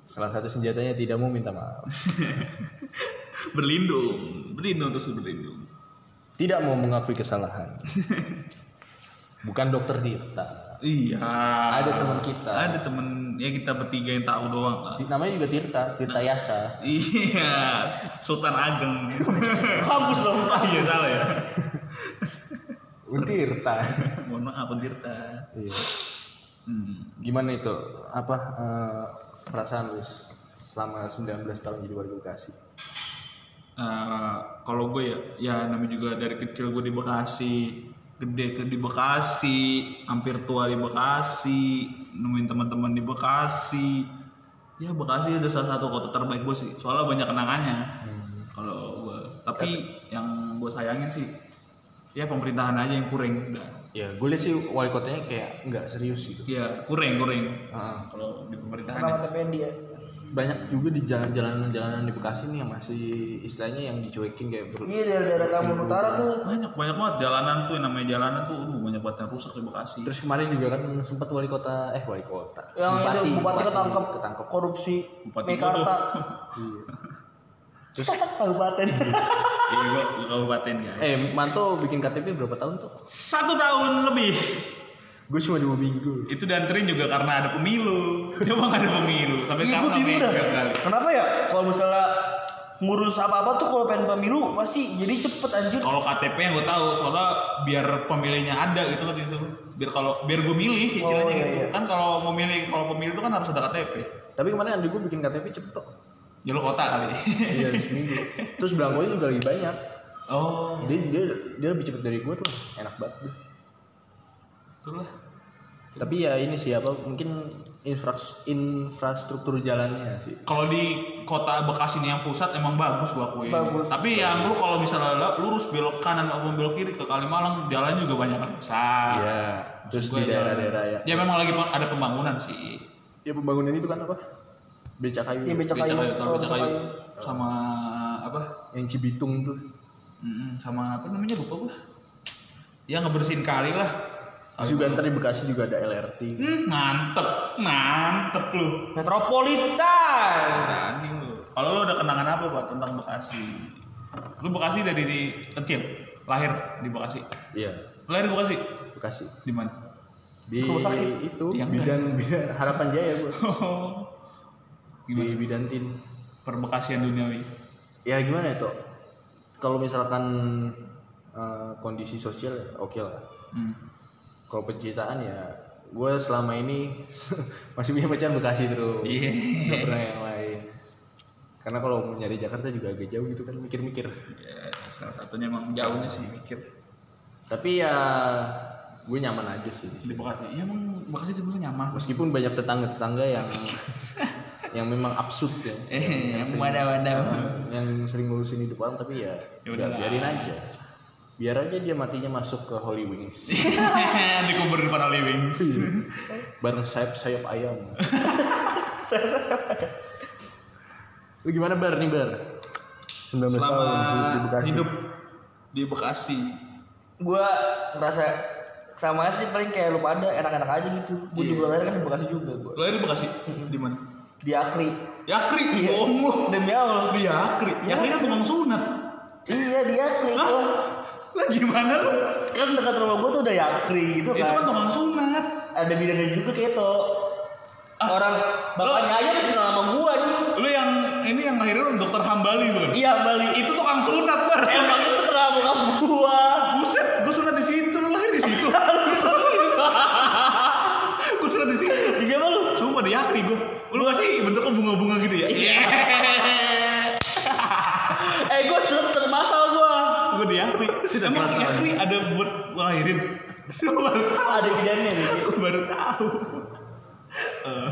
Speaker 1: salah satu senjatanya tidak mau minta maaf
Speaker 2: Berlindung, berlindung terus berlindung.
Speaker 1: tidak mau mengakui kesalahan. Bukan dokter Tirta.
Speaker 2: Iya.
Speaker 1: Ada teman kita.
Speaker 2: Ada temen ya kita bertiga yang tahu doang lah.
Speaker 1: Namanya juga Tirta, Tirta Yasa.
Speaker 2: Iya, Sultan Ageng.
Speaker 3: Kampus dong.
Speaker 2: Ah, iya salah ya.
Speaker 1: Oh, Tirta.
Speaker 2: Mohon maaf Pentirta.
Speaker 1: Iya.
Speaker 2: Hmm.
Speaker 1: Gimana itu? Apa eh, perasaan lu selama 19 tahun jadi warga Bekasi?
Speaker 2: Eh, kalau gue ya, ya namanya juga dari kecil gue di Bekasi, gede ke di Bekasi, hampir tua di Bekasi, nemuin teman-teman di Bekasi. Ya Bekasi ada salah satu kota terbaik gue sih, soalnya banyak kenangannya. Hmm. Kalau gue, tapi yang gue sayangin sih, ya pemerintahan aja yang kurang, udah.
Speaker 1: Ya, gue lihat sih wali kotanya kayak nggak serius gitu.
Speaker 2: Ya kurang kurang.
Speaker 1: Heeh.
Speaker 2: Kalau di pemerintahan
Speaker 3: Nama
Speaker 2: ya.
Speaker 3: TPN dia.
Speaker 1: Banyak juga di jalan-jalan-jalanan di Bekasi nih yang masih istilahnya yang dicuekin kayak ber-
Speaker 3: Iya, daerah-daerah Taman Utara tuh.
Speaker 2: banyak banyak banget jalanan tuh yang namanya jalanan tuh, aduh banyak banget yang rusak di Bekasi.
Speaker 1: Terus kemarin juga kan sempat wali kota eh wali kota. gitu,
Speaker 3: Yang itu bupati ketangkep,
Speaker 1: ketangkep.
Speaker 3: korupsi
Speaker 2: Bupati
Speaker 3: Mekarta. <laughs>
Speaker 1: Iya.
Speaker 3: Terus kabupaten. <laughs>
Speaker 2: Iya gua ke kabupaten guys.
Speaker 1: Eh, Manto bikin KTP berapa tahun tuh?
Speaker 2: Satu tahun lebih.
Speaker 1: Gue cuma dua minggu.
Speaker 2: Itu dianterin juga karena ada pemilu. <laughs> Coba nggak ada pemilu sampai
Speaker 3: Iya,
Speaker 2: sekarang
Speaker 3: gue bingung
Speaker 2: mega
Speaker 3: dah.
Speaker 2: kali.
Speaker 3: Kenapa ya? Kalau misalnya ngurus apa-apa tuh kalau pengen pemilu pasti jadi cepet anjir.
Speaker 2: Kalau KTP yang gue tahu soalnya biar pemilihnya ada gitu kan gitu. Biar kalau biar gue milih
Speaker 3: Oh,
Speaker 2: istilahnya
Speaker 3: iya,
Speaker 2: gitu.
Speaker 3: iya.
Speaker 2: Kan kalau mau milih kalau pemilu itu kan harus ada KTP.
Speaker 1: Tapi kemarin adik gue bikin KTP cepet tuh.
Speaker 2: Ya lu kota kali. <laughs>
Speaker 1: Iya, seminggu. Terus belangkonya juga lebih banyak.
Speaker 2: oh,
Speaker 1: Dia dia dia lebih cepet dari gue tuh. Enak banget. deh.
Speaker 2: itulah.
Speaker 1: Tapi ya ini sih apa mungkin infras- infrastruktur jalannya sih.
Speaker 2: Kalau di kota Bekasi ini yang pusat emang bagus gua akuin.
Speaker 3: Bagus.
Speaker 2: Tapi yang lu kalau misalnya lu- lurus belok kanan atau belok kiri ke Kalimalang jalan juga banyak yang besar.
Speaker 1: Iya. Terus di
Speaker 2: Gua
Speaker 1: daerah-daerah ya.
Speaker 2: Ya memang lagi pe- ada pembangunan sih.
Speaker 1: ya pembangunan itu kan apa becak kayu
Speaker 3: Iya, becak kayu.
Speaker 2: Beca kayu, tahu
Speaker 3: Oh,
Speaker 2: beca
Speaker 3: becak
Speaker 2: kayu.
Speaker 3: kayu.
Speaker 2: Sama apa?
Speaker 1: yang Cibitung tuh
Speaker 2: Mm-mm, sama apa namanya lupa gua. Ya ngebersihin kali lah.
Speaker 1: terus juga ntar di Bekasi juga ada LRT
Speaker 2: Hmm, mantep, mantep lu.
Speaker 3: Metropolitan. <laughs>
Speaker 2: Berani lu. Kalau lu ada kenangan apa pak tentang Bekasi? Lu Bekasi dari di kecil, lahir di Bekasi.
Speaker 1: iya
Speaker 2: Lu lahir di Bekasi?
Speaker 1: Bekasi
Speaker 2: Di mana? <laughs>
Speaker 1: di
Speaker 3: Rumah sakit.
Speaker 1: itu
Speaker 2: Iya,
Speaker 3: <laughs>
Speaker 1: bidan bidan harapan jaya gua di
Speaker 2: Gimana?
Speaker 1: bidan tin
Speaker 2: Perbekasian duniawi.
Speaker 1: ya gimana itu kalau misalkan eh, kondisi sosial ya oke lah
Speaker 2: Hmm.
Speaker 1: kalau penceritaan ya gue selama ini <laughs> masih punya pacar Bekasi terus
Speaker 2: Iya.
Speaker 1: Nggak pernah yang lain karena kalau mau nyari Jakarta juga agak jauh gitu kan mikir-mikir
Speaker 2: Ya, salah satunya emang jauhnya sih mikir
Speaker 1: tapi ya gue nyaman aja sih di
Speaker 2: di
Speaker 1: sini.
Speaker 2: Bekasi. Iya emang Bekasi sebenarnya nyaman.
Speaker 1: meskipun banyak tetangga-tetangga
Speaker 2: <laughs>
Speaker 1: yang yang memang absurd ya
Speaker 2: Eh, wadah-wadah. <laughs>
Speaker 1: yang sering ngurusin hidup orang tapi ya
Speaker 2: Ya udah
Speaker 1: udah
Speaker 2: lah.
Speaker 1: biarin aja biar aja dia matinya masuk ke Holy Wings
Speaker 2: Dikubur di depan Holy Wings.
Speaker 1: Iya. bareng sayap sayap ayam sayap sayap ayam lu gimana bar nih bar 19
Speaker 2: Selama
Speaker 1: tahun di Bekasi
Speaker 2: hidup di Bekasi.
Speaker 3: Gua ngerasa sama sih paling kayak lu pada enak-enak aja gitu.
Speaker 2: Iya.
Speaker 3: Gua juga lahir kan di Bekasi juga gua.
Speaker 2: Lu lahir di Bekasi? Di mana?
Speaker 3: Di Akri.
Speaker 2: Yakri,
Speaker 1: Iya.
Speaker 2: bohong lu.
Speaker 3: Demi Allah.
Speaker 2: Di Yakri. Yakri kan tukang sunat.
Speaker 3: Iya di Akri.
Speaker 2: Hah?
Speaker 3: Gua-
Speaker 2: Lah gimana lu?
Speaker 3: Kan dekat rumah gua tuh udah Yakri gitu
Speaker 2: Itu kan
Speaker 3: kan.
Speaker 2: tukang sunat.
Speaker 3: Ada bidannya juga keto.
Speaker 2: Ah.
Speaker 3: Orang bapaknya aja masih nama gua nih.
Speaker 2: Lu yang ini yang lahirin dokter Hambali kan? bukan?
Speaker 3: Iya balik.
Speaker 2: Itu tukang sunat, Bar.
Speaker 3: Emang itu kenapa bokap gua?
Speaker 2: Buset, gua sunat di situ, lu lahir di <laughs> situ. gua sunat di situ.
Speaker 3: Di mana lu?
Speaker 2: Sumpah di Yakri gua. Lu pasti bentuknya bunga-bunga gitu ya? Iya.
Speaker 3: eh gua surat surat masal gua.
Speaker 2: <laughs> Gua di Yakri.
Speaker 1: Sudah
Speaker 2: Emang
Speaker 1: merasa.
Speaker 2: Yakri ada buat gua <laughs> lahirin? Gua baru tahu.
Speaker 3: Ada bidannya nih.
Speaker 2: Gua baru tahu. Eh,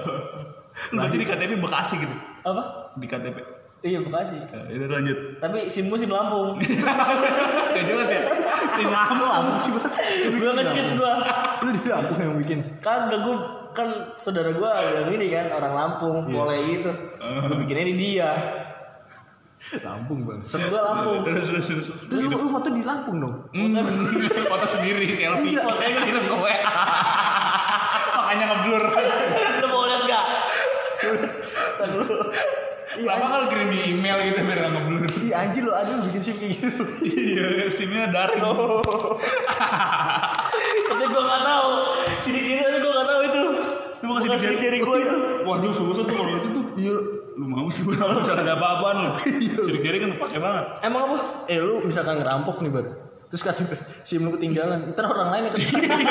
Speaker 2: Lu berarti di KTP Bekasi gitu?
Speaker 3: Apa?
Speaker 2: Di KTP.
Speaker 3: Iya Bekasi.
Speaker 2: Eh, Ini lanjut.
Speaker 3: Tapi simmu sim Lampung.
Speaker 2: Gak jelas ya? Tim Lampung.
Speaker 3: gua ngecet gua.
Speaker 1: lu di Lampung yang bikin
Speaker 3: Kan gua kan saudara gua yang ini kan orang Lampung,
Speaker 2: Iya.
Speaker 3: mulai gitu. Gua
Speaker 2: Oh.
Speaker 3: bikinnya di dia.
Speaker 1: Lampung bang
Speaker 3: Terus gua Lampung.
Speaker 2: Terus terus terus.
Speaker 1: terus lu, lu foto di Lampung dong
Speaker 2: Hmm, foto sendiri selfie. Fotonya kan kirim ke WA. Makanya ngeblur.
Speaker 3: Lu mau lihat enggak?
Speaker 2: Kenapa kalau kirim di email gitu biar nggak ngeblur?
Speaker 1: Ih anjir lu ada lu bikin sim kayak gitu
Speaker 2: Iya, simnya daring.
Speaker 3: Itu gua enggak tahu. Sidik kiri tapi gua enggak tahu itu.
Speaker 2: Lu mau kasih
Speaker 3: Bukan sidik kiri
Speaker 2: dikit.
Speaker 3: gua itu.
Speaker 2: Waduh, susah tuh kalau itu tuh.
Speaker 1: iya
Speaker 2: Lu mau sih gue kalau cara ada apa-apaan lu. Sidik kiri kan pakai <laughs> banget.
Speaker 3: Emang apa?
Speaker 1: eh lu misalkan ngerampok nih bar terus kasih <laughs> sim lu ketinggalan ntar orang lain yang ketinggalan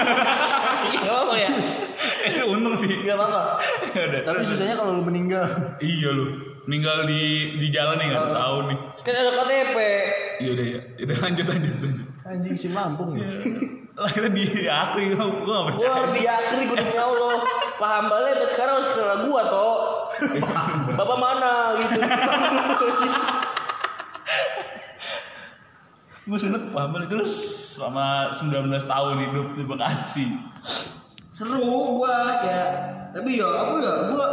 Speaker 3: Gak apa ya?
Speaker 2: <laughs> Eh, itu untung sih.
Speaker 3: Gak apa-apa.
Speaker 2: <laughs> Ada.
Speaker 1: <laughs> tapi susahnya kalau lu meninggal
Speaker 2: Iya lu. Meninggal di di jalan nih nggak tahu nih.
Speaker 3: Kan ada KTP.
Speaker 2: Iya udah ya. Udah lanjut lanjut lanjut. <laughs>
Speaker 1: anjing sim Lampung ya
Speaker 2: Lahirnya di aku gue gue
Speaker 3: Gua
Speaker 2: nggak percaya.
Speaker 3: di akhir gua demi Allah. Paham balik sampai sekarang masih kenal gua toh. Bapak mana gitu.
Speaker 2: Gue sunat paham banget terus selama 19 tahun hidup di Bekasi.
Speaker 3: Seru gua ya. Tapi ya aku ya gua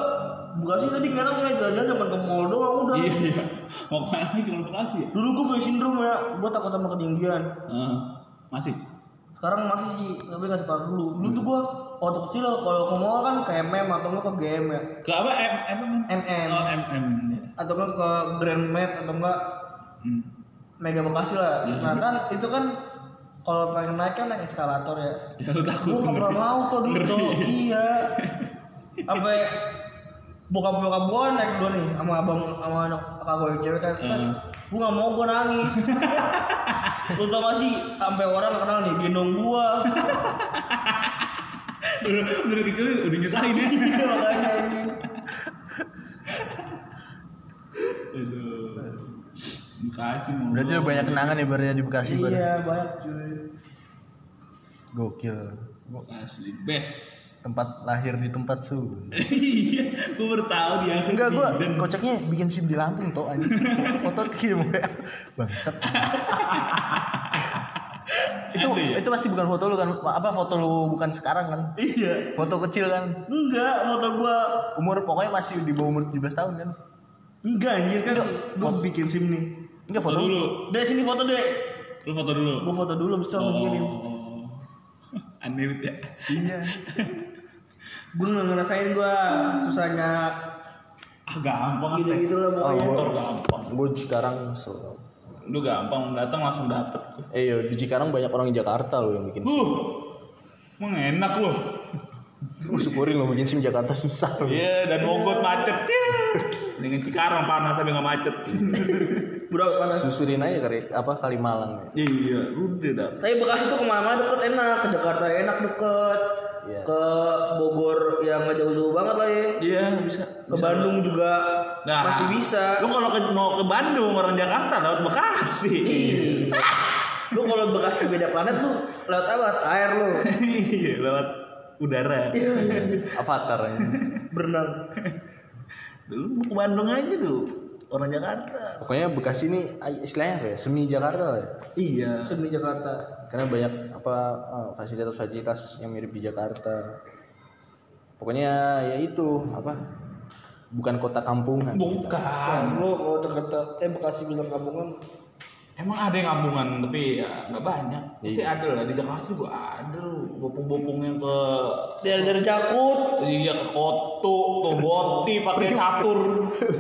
Speaker 3: bukan sih tadi kadang kayak jalan-jalan cuma ke mall doang udah.
Speaker 2: Iya iya. Mau kemana lagi kalau Bekasi ya?
Speaker 3: Dulu gua punya sindrom ya, gua takut sama ketinggian.
Speaker 2: Eh, masih.
Speaker 3: Sekarang masih sih, tapi gak separah dulu. Dulu tuh gua waktu kecil kalau ke mall kan ke MM atau enggak ke GM ya.
Speaker 2: Ke apa M M M
Speaker 3: MM
Speaker 2: Oh M M. ya.
Speaker 3: atau enggak ke Grand Met atau enggak
Speaker 2: Hmm.
Speaker 3: Mega Bekasi lah.
Speaker 1: Mhm.
Speaker 3: Nah kan itu kan kalau pengen naik kan naik eskalator
Speaker 1: <laughs>
Speaker 3: ya.
Speaker 2: Ya lu takut
Speaker 3: Gue nggak pernah mau tuh dulu
Speaker 2: Ngeri.
Speaker 3: tuh. Iya. Sampai bokap bokap gue naik dulu nih sama abang sama anak kakak gue yang cewek kan. Set,
Speaker 1: Mhm.
Speaker 2: Hmm.
Speaker 3: Gue nggak mau gue
Speaker 1: <laughs>
Speaker 3: nangis. Lu tau gak sih sampai orang kenal nih gendong gue.
Speaker 2: Dari dari kecil udah nyusahin ya.
Speaker 3: Makanya ini.
Speaker 2: Aduh. Bekasi mau.
Speaker 1: berarti lu banyak kenangan ya bar ya di Bekasi bar
Speaker 3: Iya banyak cuy.
Speaker 1: gokil
Speaker 2: Bekasi best. <laughs>
Speaker 1: tempat lahir di tempat su
Speaker 2: Iya, gue baru tahu dia.
Speaker 1: Enggak gua
Speaker 2: Dan
Speaker 1: kocaknya bikin SIM di Lampung toh anjing. ya. <laughs> Foto kirim gue. Bangsat. Itu itu
Speaker 2: aja ya.
Speaker 1: itu pasti bukan foto lu kan apa foto lu bukan sekarang kan
Speaker 3: iya
Speaker 1: foto kecil kan
Speaker 3: enggak foto gua
Speaker 1: umur pokoknya masih di bawah umur 17 tahun kan
Speaker 3: enggak anjir kan
Speaker 1: Enggak,
Speaker 3: gua
Speaker 1: foto-
Speaker 3: bikin sim nih
Speaker 1: enggak
Speaker 2: Foto
Speaker 1: foto,
Speaker 2: dulu.
Speaker 3: deh sini foto deh
Speaker 2: Lu foto dulu.
Speaker 3: gua foto dulu abis itu aku kirim
Speaker 2: Oh. <laughs> Aneh banget ya.
Speaker 1: iya
Speaker 3: gua nggak ngerasain gua susahnya
Speaker 2: Ah gampang
Speaker 3: gitu
Speaker 2: tes.
Speaker 3: gitu lah
Speaker 1: oh,
Speaker 3: pokoknya
Speaker 2: Motor
Speaker 1: gua,
Speaker 2: gampang.
Speaker 1: gua sekarang so-
Speaker 2: Lu gampang datang langsung dapet.
Speaker 1: eh iya, di Cikarang banyak orang Jakarta lo yang bikin sim.
Speaker 2: Huh. Emang enak lu.
Speaker 1: Lu syukurin lo bikin sim Jakarta susah lo.
Speaker 2: Iya, dan Mogot macet. Iya. Dengan Cikarang panas sampai nggak macet.
Speaker 3: bro panas
Speaker 1: Susurin aja kali apa Kalimalang ya.
Speaker 2: <laughs> Iya, udah dah.
Speaker 3: Tapi Bekasi tuh kemana-mana deket enak, ke Jakarta enak deket,
Speaker 1: Iya.
Speaker 3: ke Bogor yang nggak jauh-jauh banget lah ya,
Speaker 2: Iya, nggak bisa.
Speaker 3: ke Bandung juga
Speaker 2: Nah,
Speaker 3: masih bisa.
Speaker 2: Lu kalau ke, mau ke Bandung orang Jakarta lewat Bekasi.
Speaker 3: Lu kalau Bekasi beda planet lu lewat apa? Air lu
Speaker 2: Iya, lewat udara.
Speaker 1: Avatar ini.
Speaker 3: berenang.
Speaker 2: <laughs> Dulu mau ke Bandung aja tuh orang Jakarta.
Speaker 1: Pokoknya Bekasi ini ay- istilahnya apa ya? Semi Jakarta lah ya.
Speaker 2: Iya.
Speaker 3: Seni Jakarta.
Speaker 1: Karena banyak apa eh, fasilitas-fasilitas yang mirip di Jakarta. Pokoknya ya itu apa? Bukan kota kampungan.
Speaker 2: Bukan.
Speaker 3: Lu kalau Jakarta, eh Bekasi bilang kampungan.
Speaker 2: Emang ada yang kampungan tapi ya nggak banyak. Pasti
Speaker 1: Iya.
Speaker 2: ada lah di Jakarta juga ada loh bopong-bopong yang ke
Speaker 3: Daerah-daerah Jakut.
Speaker 2: iya ke Koto, ke Boti pakai catur.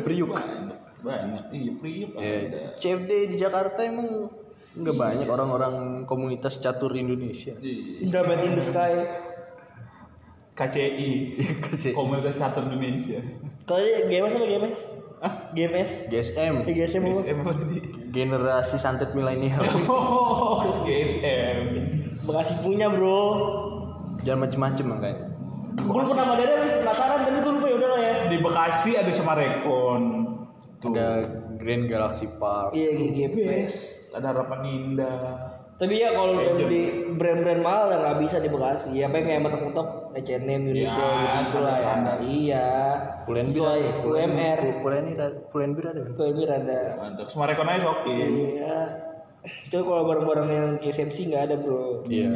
Speaker 1: Priuk.
Speaker 2: Banyak, banyak. Iya, Priuk ada.
Speaker 1: Ya, CFD di Jakarta emang nggak banyak orang-orang komunitas catur Indonesia.
Speaker 2: Iya.
Speaker 3: Indah banget in the sky.
Speaker 2: KCI, Komunitas Catur Indonesia.
Speaker 3: Kali GMS apa GMS?
Speaker 2: Hah?
Speaker 3: GMS? Eh,
Speaker 1: GSM,
Speaker 3: GSM apa?
Speaker 2: GSM apa tadi?
Speaker 1: generasi santet milenial.
Speaker 2: Oh, GSM.
Speaker 3: Bekasi punya bro.
Speaker 1: Jangan macem-macem makanya.
Speaker 3: Gue pernah madarin habis penasaran tapi gue lupa ya udah lah ya.
Speaker 2: Di Bekasi ada Semarekon.
Speaker 1: Ada Grand Galaxy Park.
Speaker 3: Iya GGP.
Speaker 2: Yes, ada harapan indah.
Speaker 3: Tapi ya kalau udah beli brand-brand mahal ya nggak bisa di Bekasi. Ya pengen kayak mentok-mentok H&M, Uniqlo
Speaker 2: Ya,
Speaker 3: gitu lah ya.
Speaker 2: standar.
Speaker 3: Iya.
Speaker 1: Pulen Bir.
Speaker 3: Sesuai UMR.
Speaker 1: Pulen Bir ada- Pulen Bir ada kan?
Speaker 3: UMR ada.
Speaker 2: Mantap. Semarekon aja sokin.
Speaker 3: Iya. Itu kalau barang-barang yang GSMC nggak ada bro.
Speaker 1: Iya.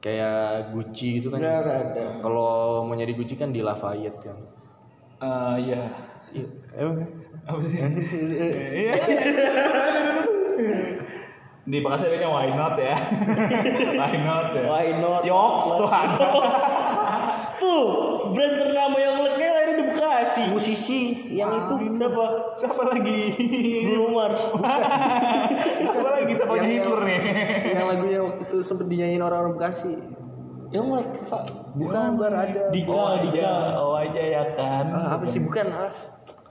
Speaker 1: Kayak Gucci gitu
Speaker 3: Nggak
Speaker 1: kan.
Speaker 3: ada.
Speaker 1: Kalau mau nyari Gucci kan di Lafayette kan.
Speaker 2: Eh, iya.
Speaker 1: Emang?
Speaker 2: Apa sih?
Speaker 1: eh,
Speaker 2: Iya. Di Bekasi adanya why
Speaker 1: <laughs>
Speaker 2: not ya. why not ya.
Speaker 3: Why not?
Speaker 2: Yoks tuh ada.
Speaker 3: <laughs> Tuh, brand ternama yang lengkap lahir di Bekasi.
Speaker 1: Musisi yang itu
Speaker 3: Siapa?
Speaker 2: Siapa lagi?
Speaker 3: Bruno Mars.
Speaker 2: Siapa lagi? Siapa lagi
Speaker 1: Yang-
Speaker 2: Hitler nih?
Speaker 1: yang lagunya waktu itu sempet dinyanyiin orang-orang Bekasi.
Speaker 3: Yang like, Pak.
Speaker 1: Bukan bar ada.
Speaker 3: Dika,
Speaker 2: Oh aja,
Speaker 3: Dika.
Speaker 2: oh aja ya kan.
Speaker 1: Ah, apa sih bukan ah,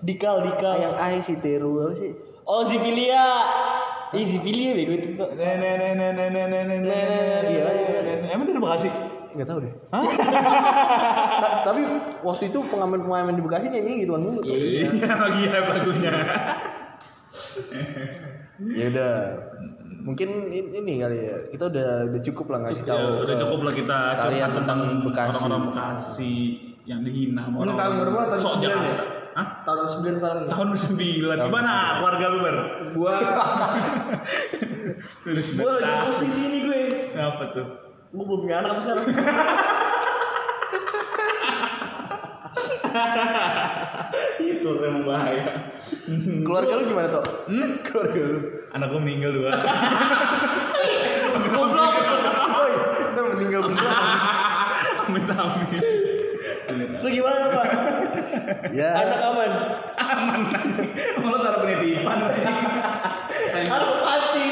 Speaker 3: Dikal, Dikal.
Speaker 1: yang Ai si Teru apa sih?
Speaker 3: Oh Zipilia. Ih Zipilia bego itu tuh.
Speaker 2: Nenek nenek nenek nenek nenek
Speaker 1: Iya, iya.
Speaker 2: nenek. Emang dari Bekasi?
Speaker 1: Enggak tahu deh. Ta- tapi waktu itu pengamen-pengamen di Bekasi nyanyi gituan mulu. tuh.
Speaker 2: <laughs> Iya lagi ya lagunya.
Speaker 1: Ya udah. Mungkin in- ini kali ya. Kita udah udah cukup lah ngasih tahu.
Speaker 2: Ya, udah
Speaker 1: ke-
Speaker 2: cukup lah kita
Speaker 1: kalian
Speaker 2: curhat
Speaker 1: tentang Bekasi.
Speaker 2: orang-orang Bekasi yang dihina sama
Speaker 3: Ini
Speaker 2: orang.
Speaker 3: tahun berapa? Tahun
Speaker 2: Sok
Speaker 3: 9 ya?
Speaker 2: Jakarta. Hah?
Speaker 3: Tahun 9 tahun.
Speaker 2: Tahun 9. Gimana keluarga lu, Ber?
Speaker 3: Gua
Speaker 2: Udah
Speaker 3: gua lagi
Speaker 2: sembilan.
Speaker 3: pusing sini gue.
Speaker 2: Apa tuh?
Speaker 3: Gua belum punya anak apa sekarang.
Speaker 2: Itu yang bahaya.
Speaker 1: Keluarga lu gimana tuh? Keluarga lu.
Speaker 2: Hmm? Anak gua meninggal
Speaker 1: <laughs>
Speaker 2: dua.
Speaker 1: Woi, kita meninggal beneran.
Speaker 2: Amin amin.
Speaker 3: Lu gimana, Pak?
Speaker 1: ya,
Speaker 3: <laughs> Anak aman.
Speaker 2: Emang lu taruh penitipan.
Speaker 3: Taruh pasti.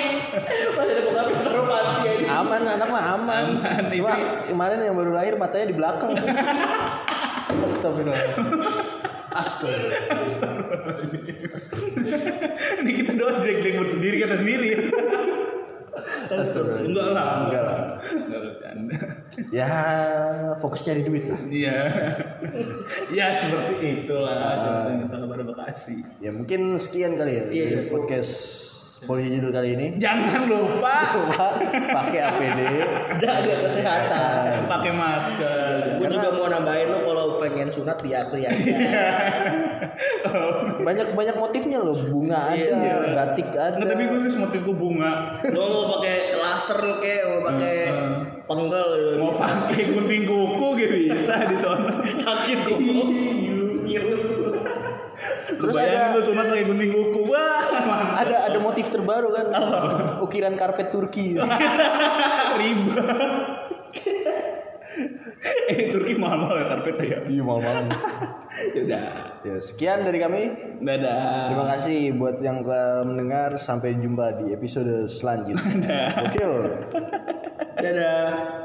Speaker 3: Pas ada pengamen taruh pasti aja.
Speaker 1: aman anak mah aman.
Speaker 2: Aman,
Speaker 1: Cuma kemarin yang baru lahir matanya di belakang. Astagfirullah. Astagfirullah.
Speaker 2: Ini kita doang jelek-jelek diri kita sendiri.
Speaker 1: Astagfirullah.
Speaker 2: Enggak lah.
Speaker 1: Enggak lah.
Speaker 2: Enggak bercanda.
Speaker 1: Ya, fokusnya di duit lah.
Speaker 2: Iya. ya seperti itulah
Speaker 1: Ah.
Speaker 2: tentang kita kepada Bekasi.
Speaker 1: Ya mungkin sekian kali ya
Speaker 3: Iya,
Speaker 1: dari
Speaker 3: cukup.
Speaker 1: podcast polisi judul kali ini.
Speaker 2: Jangan lupa
Speaker 1: Coba pakai APD.
Speaker 3: Jaga kesehatan.
Speaker 2: pakai masker.
Speaker 3: Gue juga mau nambahin lo kalau pengen pengen sunat pria pria. <laughs>
Speaker 1: Banyak banyak motifnya loh, bunga ada, batik ada.
Speaker 2: Nggak, Iya, tapi gue terus motif gue bunga.
Speaker 3: Lo mau pakai laser kek, mau pakai penggel gitu.
Speaker 2: Mau pakai gunting kuku gitu bisa di sana.
Speaker 3: sakit kok.
Speaker 1: Terus
Speaker 2: Bayangin
Speaker 1: ada-
Speaker 2: lu sunat pakai gunting kuku. Wah, mantap.
Speaker 1: Ada ada motif terbaru
Speaker 4: <laughs>
Speaker 1: kan? Ukiran karpet Turki.
Speaker 2: riba. eh Turki mahal-mahal ya karpetnya ya.
Speaker 4: Iya malam-malam.
Speaker 2: Yaudah.
Speaker 1: Ya, sekian dari kami.
Speaker 2: Dadah.
Speaker 1: Terima kasih buat yang telah
Speaker 4: <laughs>
Speaker 1: mendengar. Sampai jumpa di episode selanjutnya. Oke.
Speaker 5: Dadah.